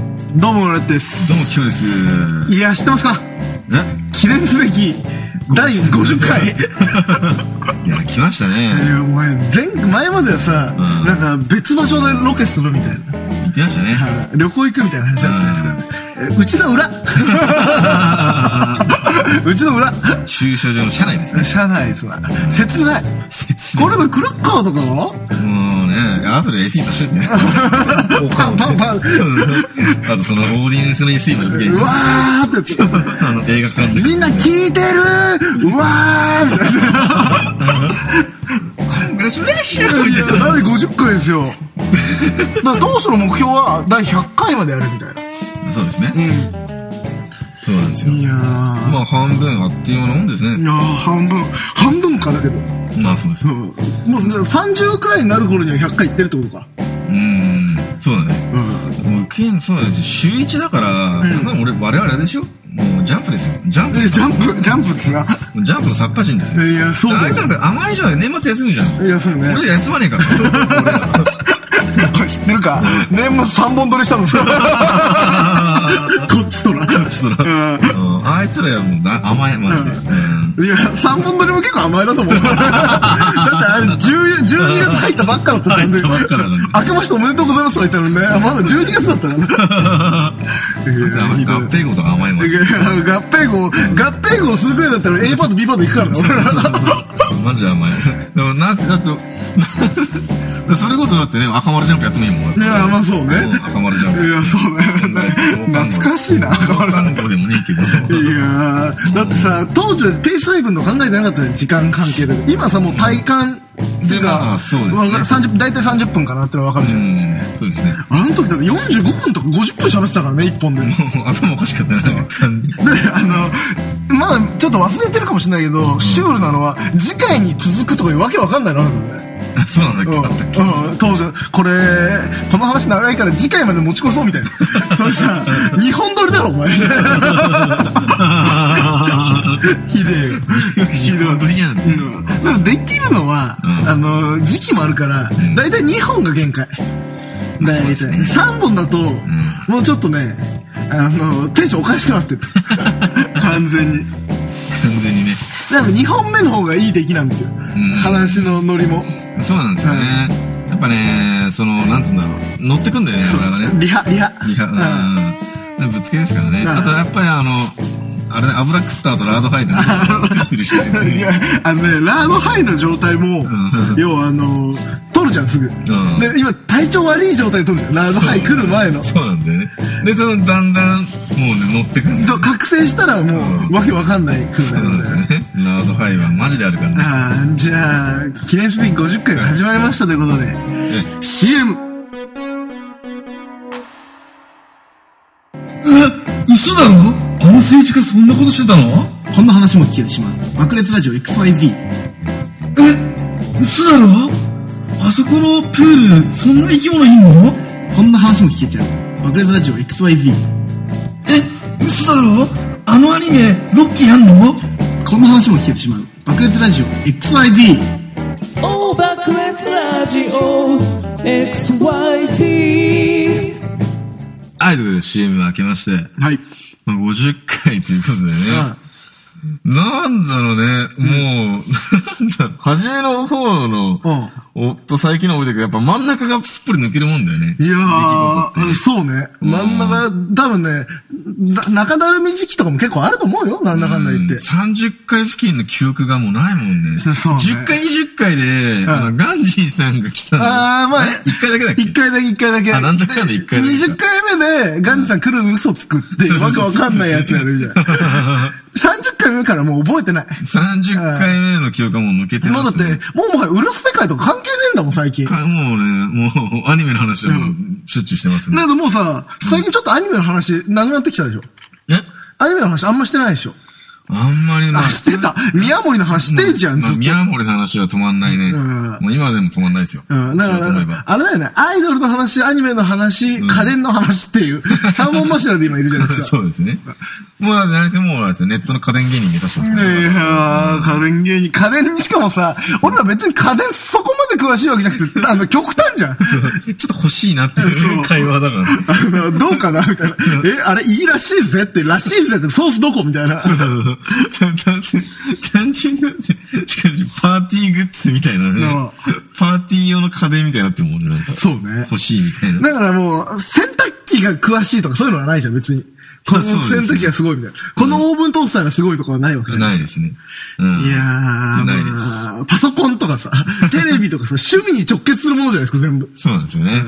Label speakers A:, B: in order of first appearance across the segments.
A: です。
B: どうも、キョです。
A: いや、知ってますか
B: え
A: 記念すべき第50回。
B: いや、来ました
A: い
B: ね。
A: や、お 前、前、前まではさ、
B: ん
A: なんか別場所でロケするみたいな。
B: 行ってましたね。
A: はい旅行行くみたいな話だったじゃないですか。えうち の裏うちの裏
B: 駐車場の車内ですね。
A: 車内ですわ。切ない。
B: 切
A: これのクラッカーとかの
B: もうね、後で SE させてね。
A: パンパンパン。う
B: あとそのオーディエンスの SE の時に、
A: わーってやつ。
B: あの映画館で、
A: みんな聞いてるうわーみた いな。
B: グラシュラシュ
A: いや、第50回です よ。だから当初の目標は、第100回までやるみたいな。
B: そうですね。
A: う
B: そうなんですよ。
A: いやー。
B: まあ半分あっという間なもんです
A: い
B: ね。
A: やー、半分、半分かだけど。う
B: まあそうです。
A: んもうね30くらいになる頃には100回いってるってことか。
B: うん、そうだね。
A: うん。
B: もう、ケン、そうなんですよ。週1だから、
A: ん
B: まあ俺、我々あれでしょもう、ジャンプですよ。ジャンプ
A: え、ジャンプ、ジャンプっつな。
B: ジャンプの作家人ですよ。
A: いや、そう
B: あ
A: だ
B: いつら
A: よ。
B: だって甘いじゃん。年末休みじゃん。
A: いや、そうね。
B: 俺ら休まねえから。
A: 知ってるか年末3本撮りしたのさ。こっちとら。
B: ちょっとなうんあいつらはもうな甘え、マジで。うん
A: いや、3本撮りも結構甘えだと思う。だってあれ、10 12月入ったばっかだったんで。
B: 入ったばっかなのに
A: 明けましておめでとうございますとか言ったのね。まだ12月だった からね。いや
B: あいつら合併号とか甘えマ
A: い
B: ジ
A: や
B: で。
A: 合併号、合併号するくらいだったら A パート B パート行くからね、俺ら。
B: マジで甘え。でもな、だと、なそれこそだってね、赤丸ジャンプやってもいいもん。
A: いや、まあそうね。
B: うん赤丸ジャンプ。
A: いや、そうね。懐かしいな、これ。
B: 韓国でもねえけど。
A: いやー、だってさ、当時はペース配分の考えてなかったじゃん時間関係で。今さ、もう体感
B: でまあそうですね
A: わかる30分、大体30分かなってのはわかるじ
B: う
A: ゃん。
B: ん、そうですね。
A: あの時だって45分とか50分喋ってたからね、1本で。で、
B: もう頭おかしかったな。
A: あの、まだちょっと忘れてるかもしれないけど、シュールなのは、次回に続くとかいうわけわかんないのあるのね。
B: あそうなんだっ
A: う
B: け
A: ん、
B: あ
A: う
B: ったっけ
A: ん、当時、これ、この話長いから次回まで持ち越そうみたい な。それさ、日本撮りだろ、お前。 ひでえよ。ひどい。
B: 鳥嫌なんだよ
A: うんだからできるのは、
B: うん
A: あの、時期もあるから、だいたい2本が限界。だいたい。3本だと、もうちょっとね、あの、テンションおかしくな ってる。完全に。
B: 完全にね。
A: なんか2本目の方がいい出来なんですよ。
B: ん
A: 話のノリも。
B: そうなんですよね。やっぱね、その、なんつうんだろう。乗ってくんだよ ね、俺がね。
A: リハ、リハ。
B: いや、うん。ぶつけですからね。
A: ん
B: あとやっぱりあの、あれね、油食った後ラードハイ で食ってるし、
A: いや、あのね、ラードハイの状態も、要はあの、取るじゃん、すぐ。で、今、体調悪い状態で取るじゃん。ラードハイ来る前の。
B: そうなんだよね。で、その、だんだん、もうね、乗ってくるんだ
A: と覚醒したらもう、わけわかんないく
B: そう
A: なる
B: なん
A: ん
B: で
A: ですす
B: よ
A: よ。
B: ね。ラードハイはマジであるからね。
A: あーじゃあ、記念すべき50回が始まりましたということで、CM! う
B: 嘘だろあの政治家そんなことしてたの
A: こんな話も聞けてしまう。爆裂ラジオ XYZ。
B: え嘘だろあそこのプール、そんな生き物いんの
A: こんな話も聞けちゃう。爆裂ラジオ XYZ。
B: え嘘だろあのアニメ、ロッキーやんの
A: こんな話も聞けてしまう。爆裂ラジオ XYZ。
C: Oh, backwards radio, XYZ.
B: はい、ということで CM 開けまして、
A: はい。
B: まあ、50回ということでね。
A: あ
B: なんだろうね、もう、 なんだろう、初めの方の、おと最近の覚えてるけど、やっぱ真ん中がすっぽり抜けるもんだよね。
A: いや
B: 出来事
A: ー、
B: って
A: そうね。
B: うん
A: 真ん中、多分ね、な中だるみ時期とかも結構あると思うよ、なんだかんだ言って。
B: うん30回付近の記憶がもうないもんね。
A: そうね
B: 10回、20回で、
A: ん
B: あの、ガンジーさんが来たの。
A: あー、まあ、
B: 1回だけだっけ
A: 一回だけ、一回だけ。
B: あなんだかんだ一回だけか
A: 20回目で、ガンジさん来る嘘つくって いう、わけわかんないやつやるみたいな。30回目からもう覚えてない。
B: 30回目の記憶がもう抜けて
A: も
B: ま
A: うだ
B: す、
A: って
B: ね。、
A: もうもはや、ウルスペ界とか関係ねえんだもん、最近。
B: かもうね、もう、アニメの話はもう、しょっちゅうしてますね。
A: だけどもうさ、最近ちょっとアニメの話、なくなってきたでしょ。
B: え
A: アニメの話あんましてないでしょ。
B: あんまりな
A: あ、してた。宮森の話してんじゃん、
B: ま
A: ず
B: あ
A: っと。
B: 宮森の話は止まんないね。
A: ん
B: もう今でも止まんないですよ。
A: うん、だか
B: そう思えば
A: ら、あれだよね、アイドルの 話、アニメの話、家電の話っていう、三本柱で今いるじゃないですか。
B: そうですね。もう、何せもうあれですよ、ネットの家電芸人目指してますから。
A: いやー、家電芸人、家電にしかもさ、俺ら別に家電そこまで詳しいわけじゃなくて、あの、極端じゃん。
B: ちょっと欲しいなっていう会話だから。
A: あの、どうかなみたいな。え、あれ、いいらしいぜって、らしいぜって、ソースどこみたいな。
B: 単単単純になって、しかもパーティーグッズみたいなね
A: なあ。
B: パーティー用の家電みたいになってるもんね、なんか。
A: そうね。
B: 欲しいみたいな。
A: だからもう、洗濯機が詳しいとかそういうのはないじゃん、別に。この
B: そうですね
A: 洗濯機がすごいみたいな。このオーブントースターがすごいとかはないわけじゃん。
B: ないですね。うん。
A: いやー、
B: ないです
A: まあ、パソコンとか さ、テレビとかさ、趣味に直結するものじゃないですか、全部。
B: そうなんですよね。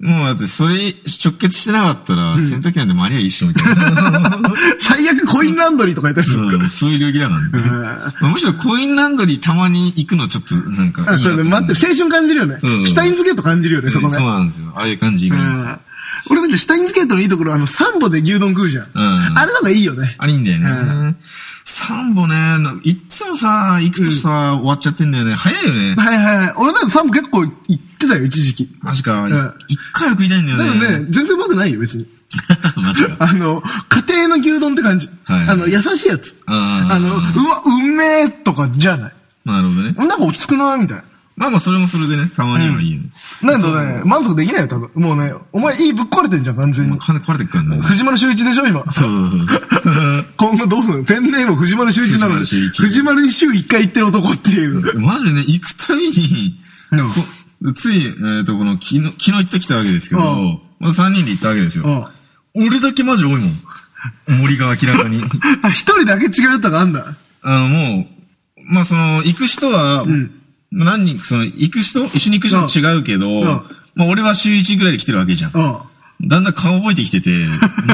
B: もうだって、それ直結してなかったら、洗濯機なんて間に合い一緒みたいな。
A: 最悪コインランドリーとかやったりする。
B: うんそういう領域だからね
A: ん
B: まあ。むしろコインランドリーたまに行くのちょっと、なんか
A: あ、
B: いい
A: それ
B: なと思う。
A: ね待って、青春感じるよね
B: う。ん
A: シュタインズゲート感じるよね、そこね。
B: そうなんですよ。ああいう感じいいんですよ。
A: 俺なんかシュタインズゲートのいいところは、あの、サンボで牛丼食うじゃん。あれなんかいいよね。
B: あれいいんだよ
A: う
B: ね。サンボね、いっつもさ、行くとさ、終わっちゃってんだよね。早いよね。
A: はいはいはい。俺なんかサンボ結構行ってたよ、一時期。
B: マジか
A: ん。
B: 一回は食いたいんだよ
A: だ
B: ね。
A: からね、全然うまくないよ、別に。
B: マジか。
A: あの、家庭の牛丼って感じ。
B: はい
A: あの、優しいやつ。
B: あー
A: あの、うわ、うめえとかじゃない。
B: なるほどね。
A: なんか落ち着くな、みたいな。
B: まあまあ、それもそれでね、たまにはいいよね。
A: なんとね、満足できないよ、多分。もうね、お前いいぶっ壊れてんじゃん、完全
B: まあ、
A: に。
B: 金壊れてくからね。
A: 藤丸周一でしょ、今。
B: そう そうそう。
A: 今後どうするのペンネーム藤丸周一なのに。
B: 藤丸周一
A: 藤丸に週一回行ってる男っていう。
B: マジでね、行くたびに、
A: うん
B: こつい、えっ、と、この、昨日、昨日行ってきたわけですけど、
A: うん
B: まあ3人で行ったわけですよ。
A: うん
B: 俺だけマジ多いもん。森が明らかに。
A: あ、一人だけ違うとかあんだ。
B: あの、もう、まあ、その、行く人は、
A: ん
B: 何人か、その、行く人、一緒に行く人と違うけど、
A: ん
B: まあ、俺は週1ぐらいで来てるわけじゃん。
A: うん。
B: だんだん顔覚えてき てて、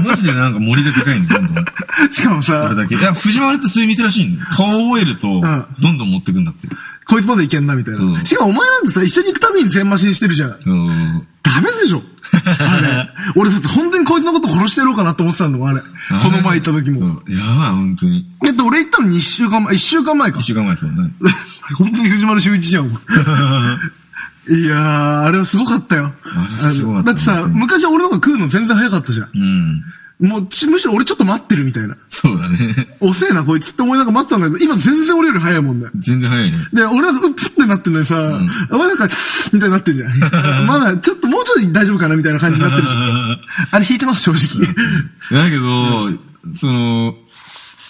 B: マジでなんか森がでかいんだよ、どんどん。
A: しかもさ
B: 俺、だけ。いや、藤丸ってそういう店らしいんだよ。顔覚えると、
A: ん
B: どんどん持ってくんだって。
A: こいつまでいけんな、みたい
B: そ
A: な。
B: う
A: しかもお前なんてさ、一緒に行くために全マシンしてるじゃん。
B: うん
A: ダメでしょ。あ れ。俺だって本当にこいつのこと殺してやろうかなと思ってたんだもん、あれ。この前行った時も。。
B: そうやばい、本当に。
A: だって俺行ったの2週間前、1週間前か
B: 一。週間前ですもんね。
A: 本当に藤丸周一じゃん、お前いやー、あれはすごかったよ。
B: あれすごかっ
A: だ
B: た
A: ってさ、昔は俺の方が食うの全然早かったじゃん。
B: うん。
A: もうち、むしろ俺ちょっと待ってるみたいな。
B: そうだね。
A: 遅えな、こいつって思いながら待ってたんだけど、今全然俺より早いもんね。
B: 全然早いね。
A: で、俺なんか、うっぷってなってんのにさ、お前なんか、みたいになってんじゃ ん。まだ、ちょっともうちょい大丈夫かなみたいな感じになってるじゃん。あれ引いてます、正直。
B: だけど、その、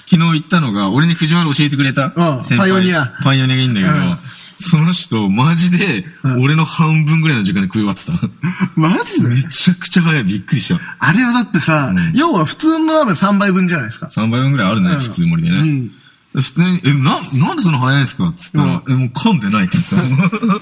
B: 昨日行ったのが、俺に藤丸教えてくれた
A: うんパイオニア
B: パイオニアがいいんだけど
A: うん、
B: その人、マジで、俺の半分ぐらいの時間で食い終わってた。
A: マジで
B: めちゃくちゃ早い、びっくりした。
A: あれはだってさ、
B: うん
A: 要は普通のラーメン3倍分じゃないですか。
B: 3倍分ぐらいあるね、
A: ん
B: 普通盛りでね。普通に、え、な、なんでそんな早いんですかっつったら、え、もう噛んでないって言っ てた。飲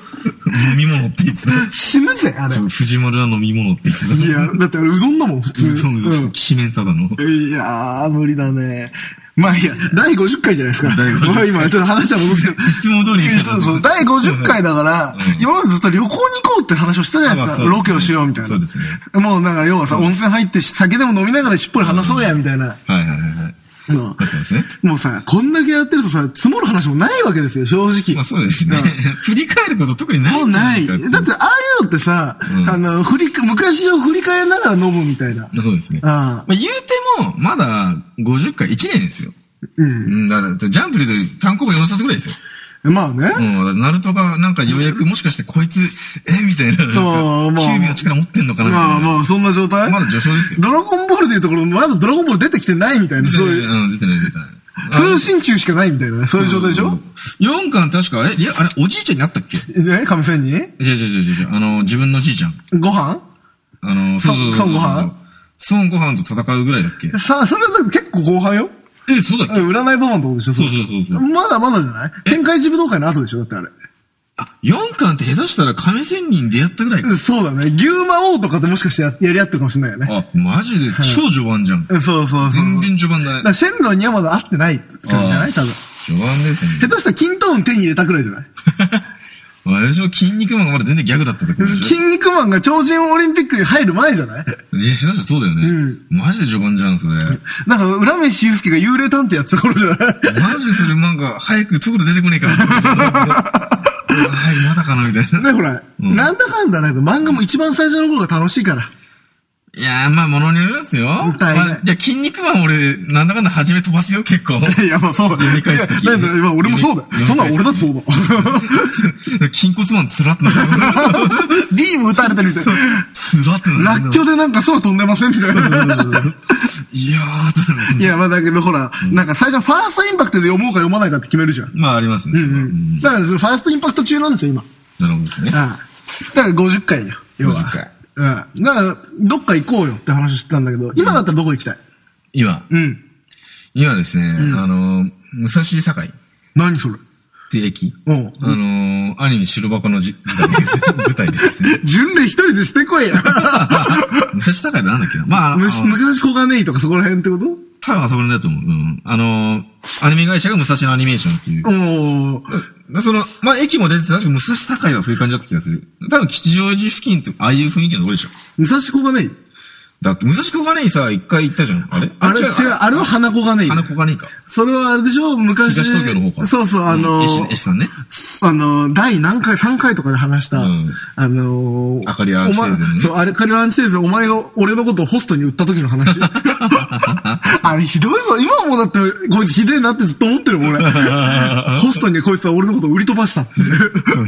B: み物って言ってた。
A: 死ぬぜ、あれ。
B: そう藤丸は飲み物って言ってた。
A: いや、だってあれうどんだもん、普通。
B: そうそうそう、きしめんただの。
A: うんいやー、無理だね。まあいいや、第50回じゃないですか。
B: 第50回
A: まあ今、ちょっと話は戻すけど。
B: いつも通りみたいな
A: そうそう第50回だから、
B: うん
A: 今までずっと旅行に行こうって話をしたじゃないです
B: まあ
A: か。
B: そうですね
A: ロケをしようみたいな。
B: そうですね
A: もうなんか要はさ、温泉入って酒でも飲みながらしっぽり話そうや、みたいな。
B: はいはいはいはい。
A: うん
B: だったんですね。
A: もうさ、こんだけやってるとさ、積もる話もないわけですよ、正直。
B: まあそうですね
A: うん。
B: 振り返ること特にな
A: も
B: い
A: うん
B: じゃ
A: な
B: ない
A: い。
B: かっていう
A: だって、ああいうのってさ、
B: うん
A: あの、振りか、昔を振り返りながら飲むみたいな。
B: そうですね。
A: ああ
B: まあ言うても、まだ50回1年ですよ。
A: うん
B: う。ん、だだってジャンプで言うと単行本4冊ぐらいですよ。
A: まあね。
B: うん、だナルトがなんかようやくもしかしてこいつ、えみたい
A: あ
B: な。
A: あ
B: なんか
A: まあ
B: キュービの力持ってんのかなみたい
A: まあ
B: な。
A: まあ、そんな状態
B: まだ序章ですよ。
A: ドラゴンボールでいうところ、まだドラゴンボール出てきてないみたいな、そういう、
B: うん、出てない出てない。
A: 通信中しかないみたいな、そういう状態でしょ
B: ?4 巻確か、あれいや、あれ、おじいちゃんになったっけ
A: ね亀仙人
B: じゃじゃじゃじゃじゃあの、自分のじいちゃん。
A: ご飯
B: あの、
A: 孫
B: そうそうそう
A: 孫悟飯
B: 孫悟飯と戦うぐらいだっけ
A: さあ、それはなんか結構後半よ。
B: え、そうだっけ
A: うん占いババのとこでしょ、
B: そうそうそうそう
A: まだまだじゃない天界一武道会の後でしょ、だってあれ。
B: あ、4巻って下手したら亀仙人出会ったぐらいか
A: うん。そうだね。牛魔王とかでもしかしてややり合ってるかもしれないよね。
B: あ、マジで超序盤じゃん。
A: うんそうそうそう。
B: 全然序盤だ
A: だか
B: ね
A: ら。シェンロンにはまだ会ってないって感じじゃな
B: あ
A: い
B: ー
A: 多分。
B: 序盤ですね
A: 下。手したら金トーン手に入れたくらいじゃない
B: あれでしょ筋肉マンがまだ全然ギャグだった時でしょ
A: 筋肉マンが超人オリンピックに入る前じゃない
B: え、下手したらそうだよね。マジで序盤じゃん、それ。
A: なんか、裏飯祐介が幽霊探偵やってた頃じゃない
B: マジでそれなんか、早くところ出てこねえから。はい、まだかな、みたいな。
A: ね、ほら、
B: うん
A: なんだかんだね、漫画も一番最初の頃が楽しいから。
B: いやー、まあ、ものによりますよ。ま
A: 大変
B: あ、いや、筋肉マン俺、なんだかんだ初め飛ばすよ、 結構。
A: いや、まあそうだ。
B: 読み返す時
A: いやまあ俺もそうだよ。そんなん俺だってそうだ。
B: 筋骨マンつらってなる。
A: ビーム撃たれてるみたいな。
B: つらってな
A: ラ
B: る
A: ッキ。ョでなんか空飛んでませんみたいな。
B: いやー、
A: いや、まあだけどほら、なんか最初ファーストインパクトで読もうか読まないかって決めるじゃん。
B: まあ、ありますね。
A: うん。だからそのファーストインパクト中なんですよ、今。
B: なるほどですね。
A: ああだから50回よ、要は。
B: 50回
A: うん。だから、どっか行こうよって話してたんだけど、今だったらどこ行きたい
B: 今、
A: うん。
B: 今ですね、あのー、武蔵境っ
A: 何それ
B: ていう駅。
A: う
B: あ
A: ん
B: のー、アニメ白箱のじ 舞台でですね。
A: 巡礼一人でしてこ いよ。
B: 武蔵境ってなんだっけなまあ、あの
A: むし、むかしこがねいとかそこら辺ってこと
B: 多分あそこだと思う。うん。あのー、アニメ会社が武蔵野アニメーションっていう。
A: おー。
B: うんその、まあ、駅も出てて、確か武蔵境だそういう感じだった気がする。多分吉祥寺付近って、ああいう雰囲気のとこでしょ。
A: 武蔵小金井
B: だっけ武蔵小金井さ、一回行ったじゃん。あれ
A: あれ違う、あれは花小金井。
B: 花小金井か。
A: それはあれでしょ昔。
B: 東東京の方か。
A: そうそう、あの
B: ん絵師絵師
A: ー、
B: さんね。
A: あのー、第何回、3回とかで話した
B: うん、
A: あのー、
B: あかりアンチテーゼね
A: お前そう、あれ、カリアンチテーゼ、お前が俺のことをホストに売った時の 話。あれひどいぞ。今はもうだって、こいつひでえなってずっと思ってるもん、俺。ホストにこいつは俺のことを売り飛ばしたって。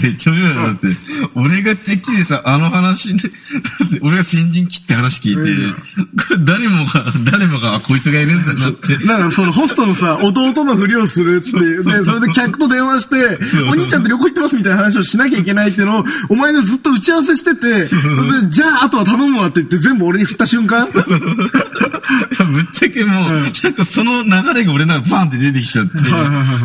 B: めっちゃ面白いな、だって。俺がてっきりさ、あの話で、だって俺が先人切って話聞いて、これ誰もが、誰もが、あこいつがいるんだなって。
A: だから、そのホストの さ、弟のふりをするっていう、で、それで客と電話して、お兄ちゃんと旅行行ってますみたいな話をしなきゃいけないっていうのを、お前がずっと打ち合わせしてて、それで、じゃあ、あとは頼むわって言って全部俺に振った瞬間、
B: いやぶっちゃけもう、なんかその流れが俺ならバンって出てきちゃって、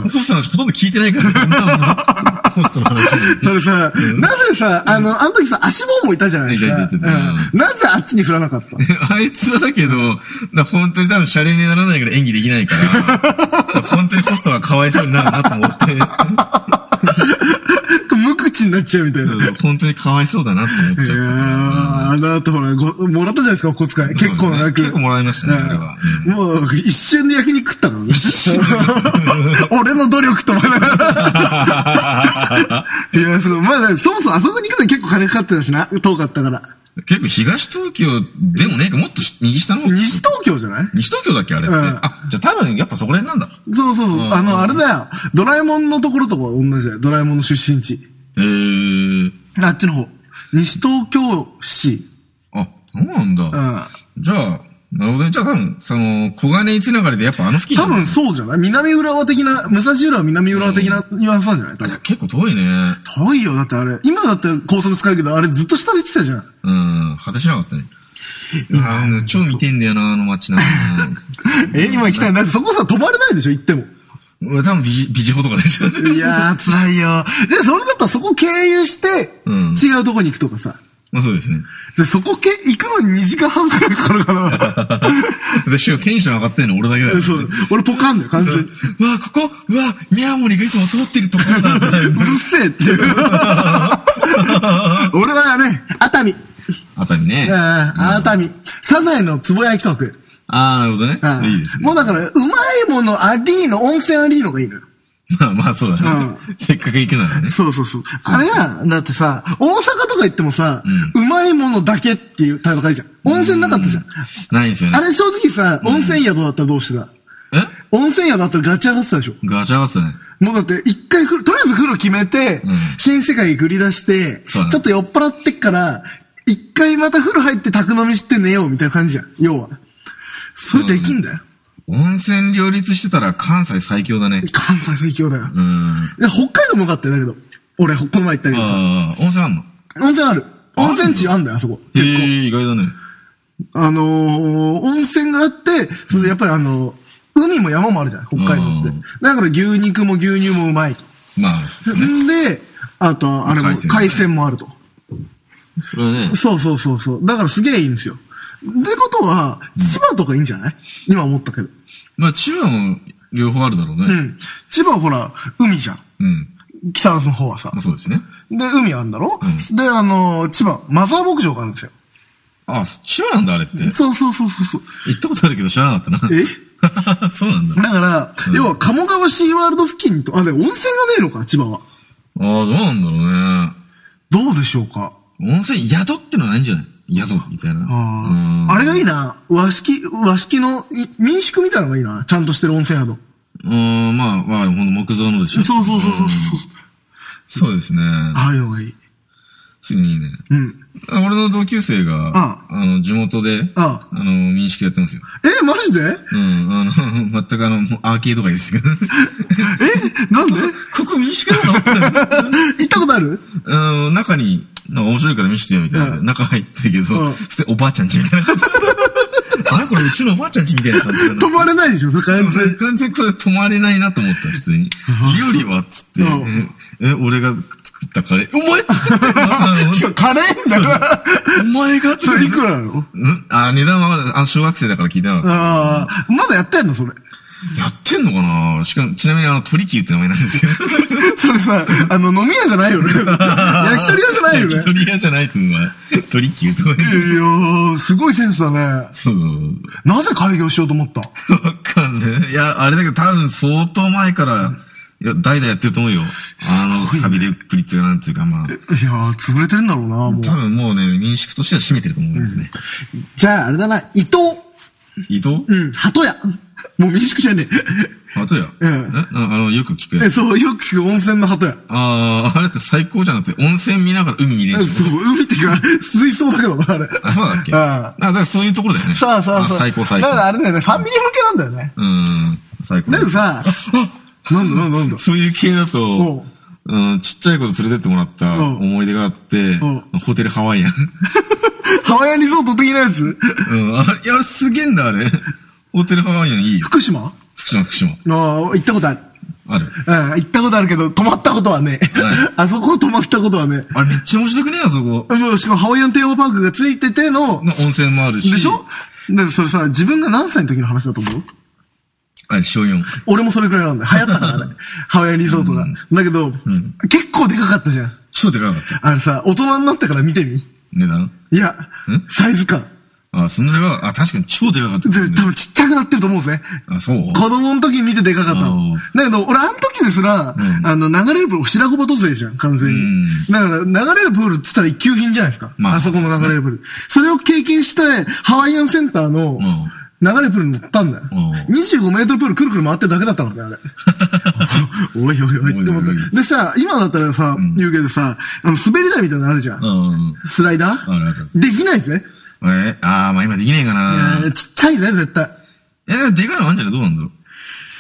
B: ホストの話ほとんど聞いてないから、ホストの話。
A: それさ、なぜさ、あの、あの時さ、足棒もいたじゃないです
B: いた
A: か。
B: いたいた
A: うんなぜあっちに振らなかった
B: あいつはだけど、な本当に多分シャレにならないから演技できな いから、本当にホストがかわいそうになるなと思って、
A: 無口になっちゃうみたいな。い
B: そう本当にかわいそうだなと思っち
A: やー、
B: ゃった。
A: あの後ほら、ごもらったじゃないですか、お小遣い。結構な額。
B: 結構もらいましたね、あれは。うん
A: うんもう、一瞬で焼肉食ったのね。 俺の努力と思いながらいや、その、まあ、そもそもあそこに行くのに結構金かかってたしな。遠かったから。
B: 結構東東京でもね、もっと右下の方
A: 西東京じゃない
B: 西東京だっけあれって。
A: うん
B: あ、じゃあ多分やっぱそこら辺なんだ。
A: そうそうそう。あの、あれだよ。ドラえもんのところとかは同じだよ。ドラえもんの出身地。
B: えー。
A: あっちの方。西東京市。
B: あ、そうなんだ。
A: うん。
B: じゃあ、なるほどね。じゃあ多分、その、小金井つながりでやっぱあのスキー
A: 多分そうじゃない南浦和的な、武蔵浦和南浦和的なニュアンスなんじゃない多
B: いや
A: 分。
B: 結構遠いね。
A: 遠いよ。だってあれ、今だって高速使えるけど、あれずっと下で行ってたじゃん。
B: うん、果てしなかったね。ああ、超見てんだよな、あの街な。
A: え、今行きたい。だってそこさ、止まれないでしょ行っても。
B: 俺多分ビジ、ビジホとかでしょ。
A: いやー、辛いよ。で、それだったらそこ経由して、
B: うん
A: 違うとこに行くとかさ。
B: まあそうですね。
A: で、そこけ、行くのに2時間半くらいかかるか な。
B: 私はテンション上がってんの俺だけだよ。
A: そう。俺ポカンだよ、完全に。
B: うわ、ここ、うわ、宮森がいつも通ってるところ だみたいな。
A: うるせえって。俺はね、熱海。
B: あたりね。
A: あー熱海。サザエのつぼ焼きとか食う。
B: ああ、なるほどね。
A: うん
B: いいですね。
A: もうだから、うまいものありの、温泉ありのがいいのよ。
B: まあまあ、そうだね。せっかく行くならね。
A: そうそうそう。あれは、だってさ、大阪とか行ってもさ、うまいものだけっていう戦いじゃん。温泉なかったじゃん。
B: ないんですよね。
A: あれ正直さ、温泉宿だったらどうしてた
B: え
A: 温泉宿だったらガチ上がってたでしょ
B: ガチャガチャね。
A: もうだって、一回風呂、とりあえず風呂決めて、
B: ん
A: 新世界繰り出して、
B: そうだね
A: ちょっと酔っ払ってっから、一回また風呂入って宅飲みして寝ようみたいな感じじゃん。要は。それできんだよ。
B: 温泉両立してたら関西最強だね。
A: 関西最強だよ。
B: うーん。
A: で北海道もよかったよ、だけど。俺、この前行ったけどさ。
B: ああ、温泉あんの
A: 温泉ある。
B: あ
A: 温泉地あんだよ、あそこ。
B: ええ
A: 結構。
B: 意外だね。
A: あのー、温泉があって、それでやっぱりあのー海も山もあるじゃん、北海道って
B: うん。
A: だから牛肉も牛乳もうまいと。
B: まあ、
A: んで、あと、あれも
B: 海鮮、もね
A: 海鮮もあると。
B: それはね、
A: そうそうそうそう。だからすげえいいんですよ。ってことは、千葉とかいいんじゃない今思ったけど。
B: まあ、千葉も両方あるだろう
A: う
B: ね。
A: ん。千葉はほら、海じゃん。
B: うん。
A: 木更津の方はさ
B: まあ、。そうですね。
A: で、海あるんだろ
B: う
A: で、あのー、千葉、マザー牧場があるんですよ。
B: あ、千葉なんだ、あれって。行
A: そうそうそうそうそう。
B: ったことあるけど知らなかったな。え そうなんだ。
A: だから、要は、鴨川シーワールド付近と、あ、で、温泉がねえのか、千葉は。
B: ああ、どうなんだろうね。
A: どうでしょうか。
B: 温泉宿ってのはないんじゃない宿みたいな。
A: あ
B: うん
A: あ。あれがいいな。和式、和式のい民宿みたいなのがいいな。ちゃんとしてる温泉宿。
B: うん、まあ、まあ、ほんと木造のでしょ。
A: そうそうそうそうそう。
B: そうですね。
A: ああいうのがいい。
B: すぐにいいね。
A: うん。
B: 俺の同級生が、
A: あ
B: の、地元で、
A: あ
B: の、民宿やってますよ。
A: え、マジで
B: うん、あの、 全くあの、もうアーケード街ですけど。
A: えなんで
B: ここ民宿なの
A: 行ったことある
B: あの、中に、なんか面白いから見せてよ、みたいな。
A: うん
B: 中入ってるけど、
A: うん
B: そしておばあちゃんちみたいな感じ。 あれこれうちのおばあちゃんちみたいな感じだな
A: 泊。まれないでしょ、それ完全に。
B: 完 全にこれ止まれないなと思った、普通 に。料理はっつって、
A: うん
B: え、俺が作ったカレー。お前作ってたの
A: しかもカレーだから。
B: お前が
A: それいくらなの
B: んあ、値段はまだ、あ、小学生だから聞いてなかった。
A: ああ、まだやってんのそれ。
B: やってんのかなしかも、ちなみにあの、鳥キューって名前なんですけど。
A: それさ、あの、飲み屋じゃないよ ね。焼き鳥屋じゃないよね。い
B: 焼き鳥屋じゃないと思うわ。鳥キューとか
A: や
B: ね。
A: ー、すごいセンスだね。
B: そう。
A: なぜ開業しようと思った
B: わかんねいや、あれだけど多分相当前から、いや、代々やってると思うよ。あの、サビレプリッツがなんていうか、ま
A: い
B: あ。
A: やー、潰れてるんだろうな、もう。
B: 多分もうね、民宿としては閉めてると思うんですね。
A: じゃあ、あれだな、伊藤。
B: 伊藤
A: うん、鳩屋。もう民宿じゃね
B: あとや。
A: ええ
B: えああの、よく聞く
A: え。
B: や
A: え、
B: つ。
A: そう、よく聞く温泉の鳩屋。
B: ああ、あれって最高じゃなくて、温泉見ながら海見れ
A: え
B: る
A: そう
B: し。
A: そう、海っていうか、水槽だけどな、あれ。
B: あ、そうだっけ
A: あ
B: あだからそういうところだよね。
A: さあさあさあ。
B: あ最高最高
A: だ。からあれだよね、ファミリー向けなんだよね。
B: うん、最高。
A: だけどさ、なんだなんだなんだ。
B: そういう系だ
A: お
B: と
A: う、
B: うん、ちっちゃい頃連れてってもらった
A: おう
B: 思い出があって
A: お、
B: ホテルハワイアン。
A: ハワイアンリゾート的なやつ
B: うん、あれ、いや、あれすげえんだ、あれ。ホテルハワイアンいいよ。
A: 福島
B: 福島、福島。
A: の、行ったことある。
B: ある。
A: うん、行ったことあるけど、泊まったことはね
B: はい。
A: あそこ泊まったことはね。
B: あれめっちゃ面白くねえよ、そこ。
A: そうしかもハワイアンテーマパークがついてての、
B: の温泉もあるし。
A: でしょだからそれさ、自分が何歳の時の話だと思う
B: あれ、小4。
A: 俺もそれくらいなんだよ。流行ったからね。ハワイアンリゾートが。だけど、結構でかかったじゃん。
B: 超でかかった。
A: あれさ、大人になったから見てみ。
B: 値段。
A: いや
B: ん、
A: サイズ感。
B: あ、そんなでかかあ、確かに超でかかった
A: で、
B: ですね。
A: 多分ちっちゃくなってると思うんですね。
B: あ、そう
A: 子供の時に見てでかかったの
B: おー。
A: だけど、俺あの時ですら、
B: うん
A: あの、流れるプール、白子バ突勢じゃん、完全
B: う
A: に。だから、流れるプールって言ったら一級品じゃないですか。
B: まあ
A: あそこの流れるプール。それを経験して、ハワイアンセンターの
B: ん、
A: 流れるプールに乗ったんだよ。
B: おー
A: 25メートルプールくるくる回ってるだけだったからね、あれ。おいおいおいって思っ
B: おいおいお
A: て。でさ、今だったらさ、言うけどさ、あの、滑り台みたいなのあるじゃん。
B: うん。
A: スライダ
B: あるある
A: ーできないぜ。
B: え、あー、まあ今できねえかな。
A: ちっちゃいぜ、絶対。
B: え、でもでかいのあんじゃないどうなんだろ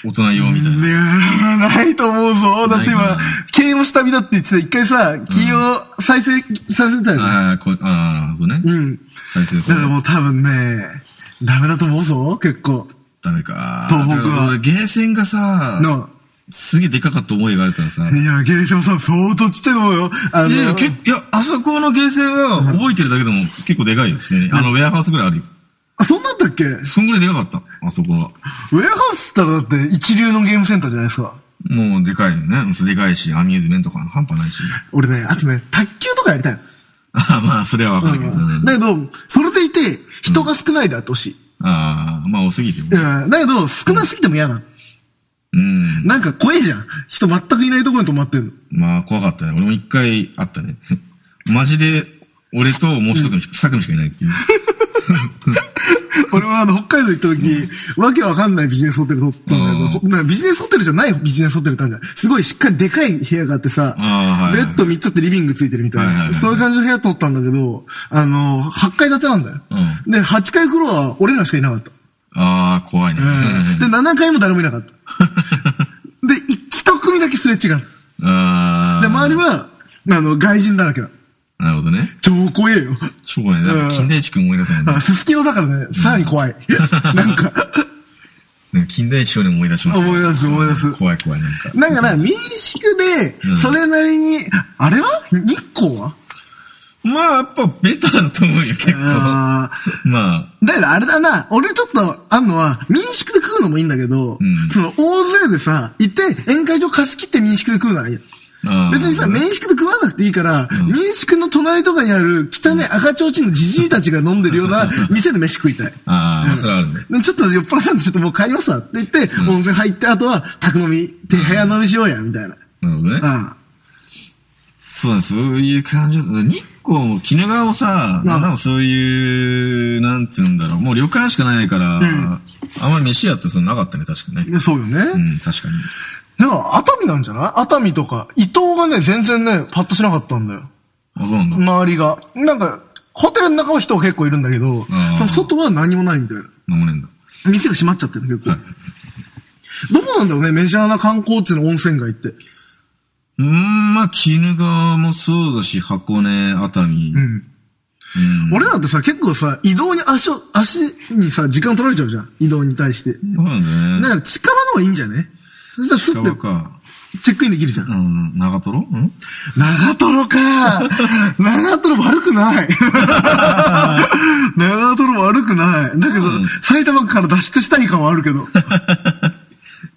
B: う。大人用みたいな。
A: いやー、ないと思うぞ。だって
B: ない
A: 今
B: かな、
A: 経営も下見だって言ってた、一回さ、企業再生されてたよね。
B: ああ、こう、ああ、そうね。
A: うん。
B: 再生
A: だから
B: 法。
A: もう多分ね、ダメだと思うぞ、結構。
B: ダメか。
A: 東北は
B: だから俺、ゲーセンがさ、
A: の、
B: すげえでかかった思いがあるからさ。
A: いや、ゲーセンもさ、相当ちっちゃいと思うよ。あの、
B: いやいや、結構、いや、あそこのゲーセンは覚えてるだけでも結構でかいよ、普通に。あの、ウェアハウスぐらいあるよ。
A: あそんなんだっけウェ
B: そんぐらいでかかった、あそこは。
A: アハウスったらだって一流のゲームセンターじゃないですか。
B: もう、でかいよね。でかいし、アミューズメント感半端ないし。
A: 俺ね、あとね、卓球とかやりたいの。
B: ああ、まあ、それはわかるけど
A: うん
B: ね。
A: だけど、それでいて、人が少ないであってほしい。
B: ああ、まあ、多すぎても。
A: うん。だけど、少なすぎても嫌なの。
B: うん。
A: なんか怖いじゃん。人全くいないところに泊まってんの。
B: まあ、怖かったね。俺も一回あったね。 マジで、俺ともう一組、二組しかいない っていう。
A: 俺はあの、北海道行った時、わけわかんないビジネスホテル取ったんだけど
B: うん
A: ほ、なんかビジネスホテルじゃないビジネスホテルだったんだよ。すごいしっかりでかい部屋があってさ
B: あ、ーはい
A: ベ
B: はい
A: ッド3つあってリビングついてるみたい
B: はいはいは
A: な。
B: い
A: そういう感じの部屋取ったんだけど、あの、8階建てなんだよ。
B: う
A: で、8階フロアは俺らしかいなかった。
B: ああ、怖いね。
A: で、7階も誰もいなかった。で、1組だけすれ違う。
B: ああ。
A: で、周りは、あの、外人だらけだ。
B: なるほどね。
A: 超怖えよ。
B: しょうがない。なんか金田一君思い出 すもんね。
A: あすすきのだからね、さらに 怖い。なんか、
B: なんか金田一少年思い出します。
A: 思い出す思い出す
B: 怖い怖い、なんか。
A: だから、民宿
B: う
A: で、
B: ん
A: それなりに、あれは日光は
B: まあ、やっぱベターだと思うよ、結構。
A: あ
B: まあ、
A: だからあれだな、俺ちょっとあんのは、民宿で食うのもいいんだけど、
B: ん
A: その大勢でさ、行って宴会場貸し切って民宿で食うならいい。
B: あー
A: 別にさ、民宿で食わなくていいから、民宿の隣とかにある汚い赤ちょうちんのじじいたちが飲んでるような店で飯食いたい。
B: あー
A: うん
B: それはあるね
A: でちょっと酔っ払ったんでちょっともう帰りますわって言って、温泉入って、あとは宅飲み、手部屋飲みしようや、みたいな。
B: なるほどね。
A: ああ
B: そうなんですそういう感じだった。日光も鬼怒川もさ、
A: まあ
B: なんかそういう、なんて言うんだろう。もう旅館しかないから、
A: ん
B: あんまり飯屋ってそのなかったね、確かに
A: い
B: ね。
A: やそうよね。
B: うん、確かに。
A: なんか、熱海なんじゃない熱海とか、伊東がね、全然ね、パッとしなかったんだよ。
B: あ、そうなんだ。
A: 周りが。なんか、ホテルの中は人は結構いるんだけど
B: ん、
A: その外は何もないみたいな。
B: 飲まねえんだ。
A: 店が閉まっちゃってる、結構。
B: はい
A: どこなんだろうね、メジャーな観光地の温泉街って。
B: うーん、まあ、鬼怒川もそうだし、箱根、熱海。
A: う
B: うん。
A: ん。俺らってさ、結構さ、移動に足を、足にさ、時間取られちゃうじゃん。移動に対して。
B: そうだね。
A: だから近場の方がいいんじゃねそしたらス
B: 近場
A: ッて
B: か。
A: チェックインできるじゃん
B: う。ん、長瀞うん
A: 長瀞か長瀞悪くない長瀞悪くない。だけど、
B: うん
A: 埼玉から脱出したい感はあるけど。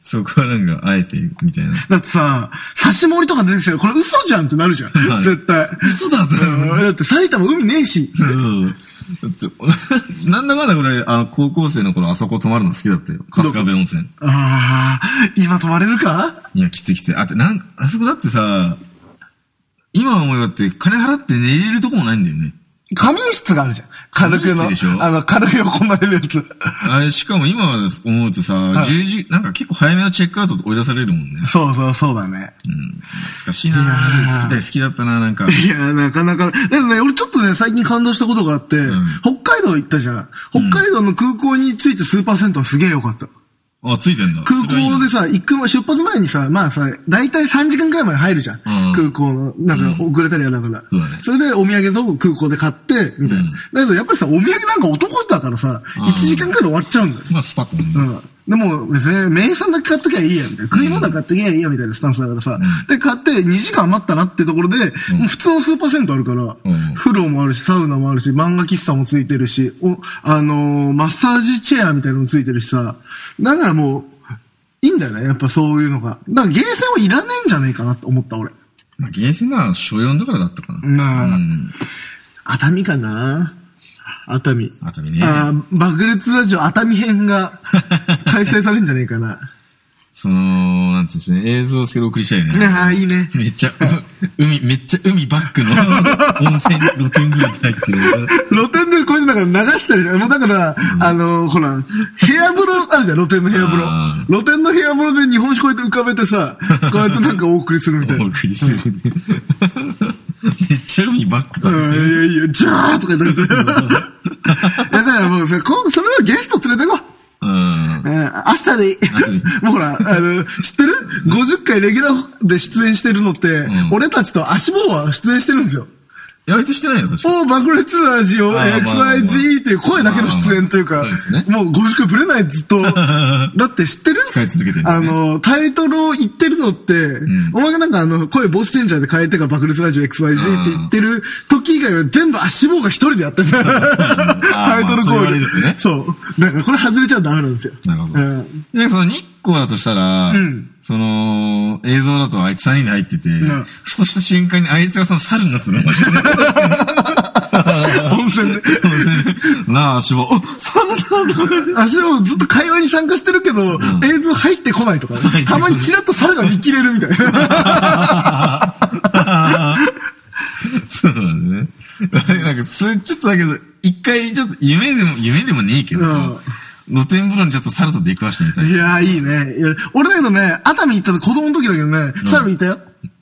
B: そこはなんか、あえて、みたいな。
A: だってさ、刺し盛りとか出てきたら、これ嘘じゃんってなるじゃん
B: は。い
A: 絶対。
B: 嘘だった
A: うんだって埼玉海ねえし。
B: うん。 だってなんだかんだこれ、あの、高校生の頃、あそこ泊まるの好きだったよ。春日部温泉。
A: ああ、今泊まれるか
B: いや、きついきつい。あって、なんか、あそこだってさ、今思えばって、金払って寝れるとこもないんだよね。
A: 仮眠室があるじゃん。軽くの
B: 仮眠室でし。ょ
A: あの、軽く横になれるやつ。
B: あれ、しかも今は思うとさ、
A: い
B: 10時、なんか結構早めのチェックアウトで追い出されるもんね。
A: そうそう、そうだね。
B: うん。懐かしいない
A: やー
B: 好きだよ好きだったななん か。
A: いや、なかなか。でもね、俺ちょっとね、最近感動したことがあって、
B: ん
A: 北海道行ったじゃん。北海道の空港に着いてスーパー銭湯はすげえ良かった。
B: あ、ついてんだ。
A: 空
B: それはいいな
A: 港でさ、行く前、出発前にさ、まあさ、だいたい3時間くらい前に入るじゃん。
B: うん
A: 空港の、なんか遅れたりやだから。
B: そうだね
A: それでお土産を空港で買って、みたいな。
B: うん
A: だけどやっぱりさ、お土産なんか男だからさ、
B: うん
A: 1時間くらいで終わっちゃうんだよ。
B: まあ、スパッとね。
A: うん。でも、別に、名産だけ買っときゃいいや、みたいな。食い物だけ買っときゃいいや、みたいなスタンスだからさ。で、買って2時間余ったなってところで、もう普通のスーパー銭湯あるから、
B: うん
A: 風呂もあるし、サウナもあるし、漫画喫茶もついてるし、お、あのーマッサージチェアみたいなのもついてるしさ。だからもう、いいんだよね、やっぱそういうのが。だから、ゲーセンはいらねえんじゃねえかなって思った、俺。
B: まあ、ゲーセンは所4だからだったかな。
A: なあ
B: うん。
A: 熱海かな熱海。
B: 熱海ね
A: あー爆裂ラジオ熱海編 が開催されるんじゃねえかな。
B: その、なんていうんですね、映像をすごい送りしたいよね。
A: ねああ、いいね。
B: めっちゃ、海、めっちゃ海バックの温泉、露天風呂に入ってる。
A: 露天でこういうのなんか流してるじゃん。もうだから、あのーほら、部屋風呂あるじゃん、露天の部屋風
B: あ
A: 呂。露天の部屋風呂で日本酒こうやって浮かべて さ、こうやってなんかお送りするみたいな。
B: お送りするね。めっちゃ海バックだ
A: うん、
B: ね。
A: いやいや、じゃーとか言ったり して。いや、だからもうさ、今度それはゲスト連れてこう。
B: うん
A: う。ん、明日でいい
B: 明日でいい。
A: もうほら、あの、知ってる ?50 回レギュラーで出演してるのって、
B: ん
A: 俺たちと足棒は出演してるんですよ。
B: いや、あいつしてないよ、確か
A: おー、爆裂ラジオ、
B: あーまあまあまあ
A: XYZ っていう声だけの出演というか、
B: まあまあそうです
A: もう50回ぶれない ずっと。だって知ってる
B: 使い続けてるんだ
A: あ
B: ね
A: の、タイトルを言ってるのって、お前がなんかあの、声ボスチェンジャーで変えてから爆裂ラジオ XYZ って言ってる時以外は全部足棒が一人でやってた。タイトルコ
B: まあそう言わ
A: ー
B: れる
A: ル
B: とね。
A: そう。だからこれ外れちゃダメなんですよ。
B: なるほど
A: うん
B: に。で、その日光だとしたら、
A: うん
B: その、映像だとあいつ3人で入ってて、
A: ん
B: ふとした瞬間にあいつがその猿になってたの。
A: 温泉で。
B: なあ、足棒。お、猿だ
A: 足もずっと会話に参加してるけど、映像入ってこないとか、たまにチラッと猿が見切れるみたい な。
B: そうなんだね。なんか、それちょっとだけど、一回ちょっと、夢でも、夢でもねえけど、
A: うん
B: 露天風呂にちょっと猿と出くわしてみたい。
A: いやー、いいね。いや俺だけどね、熱海行ったと子供の時だけどね、猿いたよ。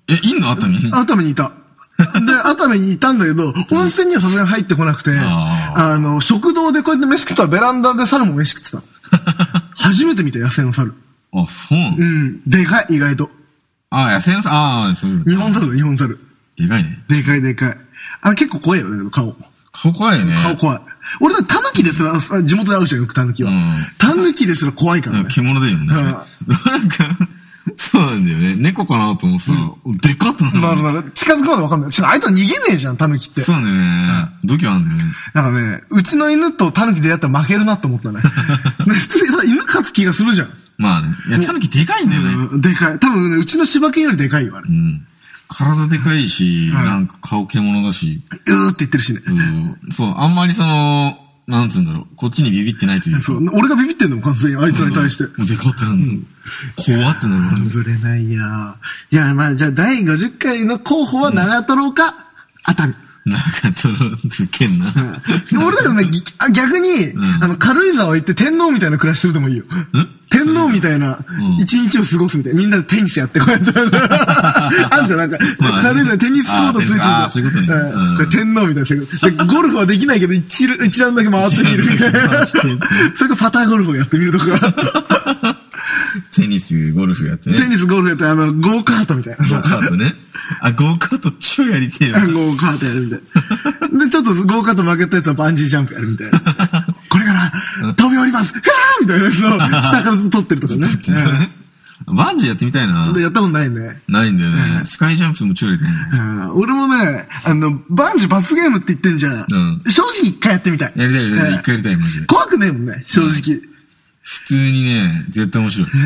B: え、いんの熱海に
A: 熱海にい た。で、熱海にいたんだけど、温泉にはさすがに入ってこなくて、
B: あ
A: あの、食堂でこうやって飯食ったらベランダで猿も飯食って た。初めて見た野生の猿。
B: あ、そうなの、
A: うん。でかい、意外と。
B: あ、野生のさ、ああ、そういう。
A: 日本猿だ、日本猿。
B: でかいね。
A: でかい、でかい。あれ結構怖いよね、だけど顔。
B: 顔怖いよね。
A: 顔怖い。俺だってタヌキですら、あ地元で会うじゃん、よくタヌキは
B: うん。
A: タヌキですら怖いから
B: なん
A: ね
B: か。獣だよね。なんか、そうなんだよね。猫かなと思ってたら、でかってな
A: なる
B: る。
A: なる。近づくまでわかんない。ちょ、あいつは逃げねえじゃん、タヌキって
B: そ。うなんだよね。度胸あるんだよね。
A: なんかね、うちの犬とタヌキ出会ったら負けるなって思った ね。ね普通にさ犬勝つ気がするじゃん。
B: まあね。いや、狸でかいんだよね。
A: うんでかい。多分ね、うちの柴犬よりでかいよ、あれ。
B: うん。体でかいし、
A: ん
B: なんか顔獣だし、
A: うーって言ってるしね。
B: うんそう、あんまりその、なんつうんだろう、こっちにビビってないというか。
A: そう。俺がビビってんのも完全に、あいつらに対して。
B: もうでかってなるの。怖ってなるの。
A: ぶれないやーいや、まあ、じゃあ、第50回の候補は長太郎か、熱海。
B: なんか、とろ、つけんな。
A: 俺だよね、ぎあ逆に、
B: ん
A: あの、軽井沢行って天皇みたいな暮らしするでもいいよ。天皇みたいな
B: うん、
A: 一日を過ごすみたいな。みんなでテニスやって、こうやって。 あんじゃん、なんか、
B: まあ
A: 軽井沢にテニスコートついてる
B: あーそういうことね
A: うん
B: うん
A: これ天皇みたいな生活。でゴルフはできないけど、一ラ一ラウンドだけ回ってみるみたい
B: 一ラウンド
A: な
B: だけ回して。
A: それかパターゴルフをやってみるとか、
B: テニス、ゴルフやってね。
A: テニス、ゴルフやって、あの、ゴーカートみたいな。
B: ゴーカートね。あ、ゴーカート超やり てえわ。
A: ゴーカートやるみたい な。で、ちょっとゴーカート負けたやつはバンジージャンプやるみたいな。これから、飛び降りますふわーみたいな やつを下からずっと撮ってるとかね。
B: バンジーやってみたいな
A: うん。でやったことないね。
B: ないんだよね。スカイジャンプも超やりたいな
A: うん俺もね、あの、バンジー罰ゲームって言ってんじゃん。
B: うん
A: 正直一回やってみたい。
B: やりたいやりたい。
A: うん
B: 一回やりたい、マジで。
A: 怖くねえもんね、正直。
B: 普通にね、絶対面白い。
A: いや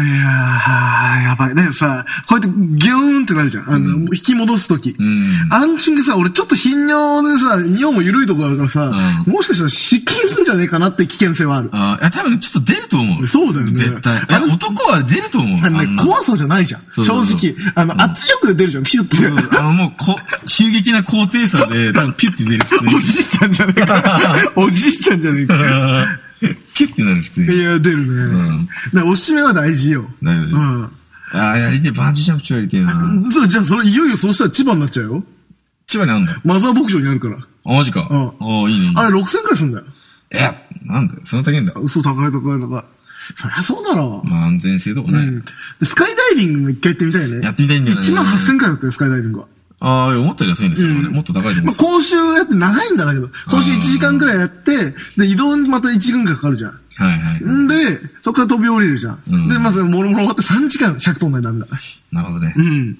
A: ー、やばい。ねさ、こうやってギューンってなるじゃん。あの、引き戻すとき。
B: ん
A: アンチングさ、俺ちょっと頻尿でさ、尿も緩いとこあるからさ、
B: う
A: もしかしたら失禁すんじゃねえかなって危険性はある。
B: あ、いや、多分ちょっと出ると思う。
A: そうだよね
B: 絶対。い
A: あ
B: や、
A: の
B: 男は出ると思う。
A: あの
B: あん
A: ね、
B: な
A: 怖さじゃないじゃん。
B: そうそうそう
A: 正直。あの、圧力で出るじゃん、ピュって。
B: そうあの、もう、こ、急激な高低差 で、多分ピュって出る、普通に
A: お。じいちゃんじゃねえ か。おじいちゃんじゃねえか。
B: キュッてなる、普通
A: い
B: に。
A: や、出るね。
B: ん
A: だからおしめは大事よ。
B: 大事
A: う
B: ああ、やりてえ、バンジージャンプ超やりてえな。
A: ん。そうじゃあ、それ、いよいよそうしたら千葉になっちゃうよ。
B: 千葉にあんだ。
A: マザー牧場にあるから。
B: あ、マジか。
A: うん
B: ああ、いいね。いいね
A: あれ、6000くらいすんだよ。
B: いや、なんだよ、そんな高いんだ。
A: 嘘、高い高い高い。そりゃそうだろう。
B: まあ、安全性とか
A: う
B: ね。
A: ん。でスカイダイビングも一回やってみたいね。
B: やってみたいんだよね
A: 1万8000回だったよ、スカイダイビングは。
B: ああ、思ったより安いんですよ、ねもっと高いと思
A: まあ、
B: う。
A: 講習やって長いんだけど、講習1時間くらいやって、で、移動にまた1時間くらいかかるじゃん。
B: はいはい。
A: んで、そこから飛び降りるじゃん。
B: うん
A: で、まず、もろもろ終わって3時間尺取んないとダメだ。
B: なるほどね
A: う。ん。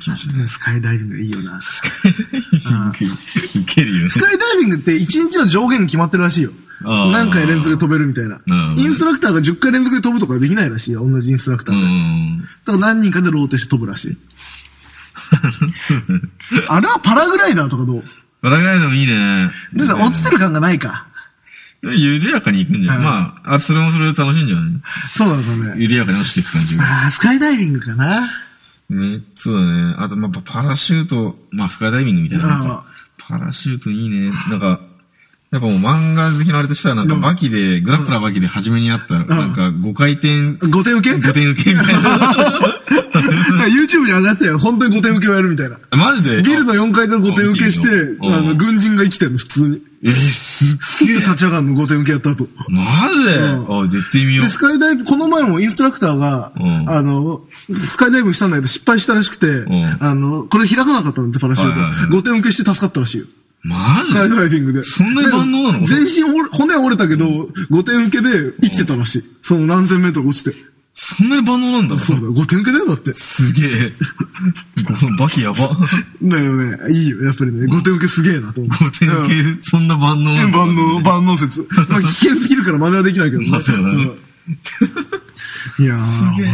B: 気持ちいい
A: スカイダイビングいいよな。ス
B: ウケるよね。
A: カイダイビングって1日の上限決まってるらしいよ。
B: あー
A: 何回連続で飛べるみたいな
B: なるほ。ど
A: インストラクターが10回連続で飛ぶとかできないらしいよ。同じインストラクタ
B: う
A: ーで。だ
B: ん。
A: から何人かでローテして飛ぶらしい。 あれはパラグライダーとかどう
B: バラぐらいでもいいね。
A: なんか落ちてる感がないか。
B: 緩やかに行くんじゃ
A: うん
B: ないまあ、あ、それもそれで楽しいんじゃない
A: そうだったね。
B: 緩やかに落ちていく感じが。
A: ああ、スカイダイビングかな。
B: めっそうだね。あと、まあ、パラシュート、まあ、スカイダイビングみたいな。なんかパラシュートいいね。なんか、やっぱもう漫画好きのあれとしたら、なんか
A: うん
B: バキで、グラップラーバキで初めにあった、なんか5回転、
A: 5点受け
B: 5
A: ?5
B: 点受けみたいな。
A: YouTube に上がってたよ。本当に5点受けをやるみたいな。
B: マジで
A: ビルの4階から5点受けして、
B: うん
A: あの、軍人が生きてんの、普通に。
B: えー、す
A: す
B: っげ
A: ぐ
B: え。
A: 立ち上がるの、5点受けやった後。
B: マジで、
A: う
B: あ、絶対見よう
A: で、。スカイダイブ、この前もインストラクターが、
B: うん
A: あの、スカイダイブしたんだけど失敗したらしくて、
B: ん
A: あの、これ開かなかったんだって、パラシュ
B: はいはい
A: ー
B: は
A: ト。5点受けして助かったらしいよ。
B: マジ
A: スカイ
B: で
A: ダイビングで。
B: そんなに万能なの
A: で全身折れ骨折れたけど、5点受けで生きてたらしい。その何千メートル落ちて。
B: そんなに万能なんだ。
A: そうだ、5点受けだよ、だって。
B: すげえ。このバキやば。
A: だよね、いいよ、やっぱりね。5点受けすげえなと思って。
B: 5点
A: うん
B: 受け、そんな万能なんだ
A: 万能、万能 説。まあ、危険すぎるから真似はできないけどね
B: まあそうだね
A: うんいやー、俺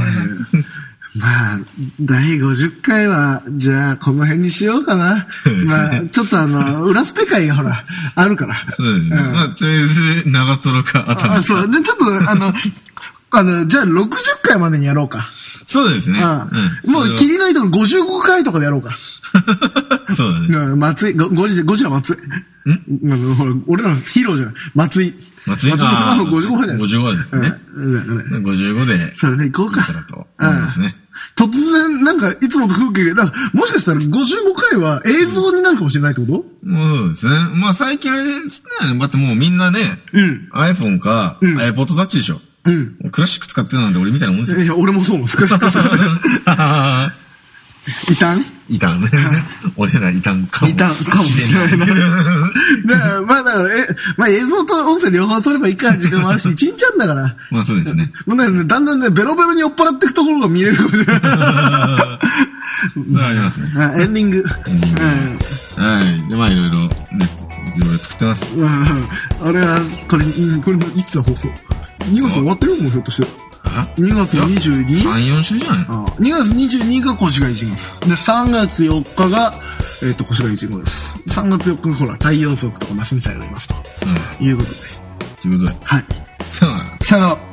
A: まあ、第50回は、じゃあ、この辺にしようか な。まあ、ちょっとあの、裏スペ会がほら、あるから。
B: そうですね。
A: ん
B: まあ、とりあえず、長瀞か、熱海
A: あ、そう。
B: か。
A: で、ちょっと、あの、あの、じゃあ60回までにやろうか。
B: そうですね。
A: うん
B: ん
A: もう、
B: そ
A: 切
B: れ
A: りのいいところ55回とかでやろうか。
B: は そうだね。
A: うん、松井、ご、ゴジラ、ゴジラ松井。んほら、俺らのヒーローじゃない。松井。
B: 松井
A: 松井さん
B: あ
A: の
B: ー
A: 55回じゃない。
B: 55ですね
A: うん。うん、うん。
B: 55で、
A: それで行こうか
B: いけたらと。思いますね。
A: 突然、なんか、いつもと風景が、なんかもしかしたら55回は映像になるかもしれないってこと
B: そうですね。まあ、最近あれですね。だってもうみんなね、
A: うん。
B: iPhone か、
A: うん
B: iPod Touch でしょ。
A: うん。
B: クラシック使ってるなんて俺みたいなもんですよ。
A: いや、俺もそうな んです。詳しくは異端
B: いたんね。俺らいたんかも。
A: 異端かもしれ ないな。だから、まあだから、え、まあ映像と音声両方撮ればいいか、時間もあるし、一日あんだから。
B: まあそうですね。
A: もうだ,、ね、だんだんね、ベロベロに酔っ払っていくところが見れるかもしれ ない。
B: そうありますね。
A: あエンディング。うん。
B: はい。で、まあいろいろ、ね、いろいろ作ってます。
A: うんあれは、これ、うんこれ、いつだ放送 ?2 月終わってるもうひょっとして。
B: あ
A: 2月 22?
B: 3、4週じゃない
A: あ2月22が越谷一号です。で、3月4日が、えっ、と、越谷一号です。 3月4日がほら、太陽族とかマスミちゃんがいますと。
B: うん。
A: いうことで。
B: ということで。
A: はい。
B: さあ、
A: さよなら。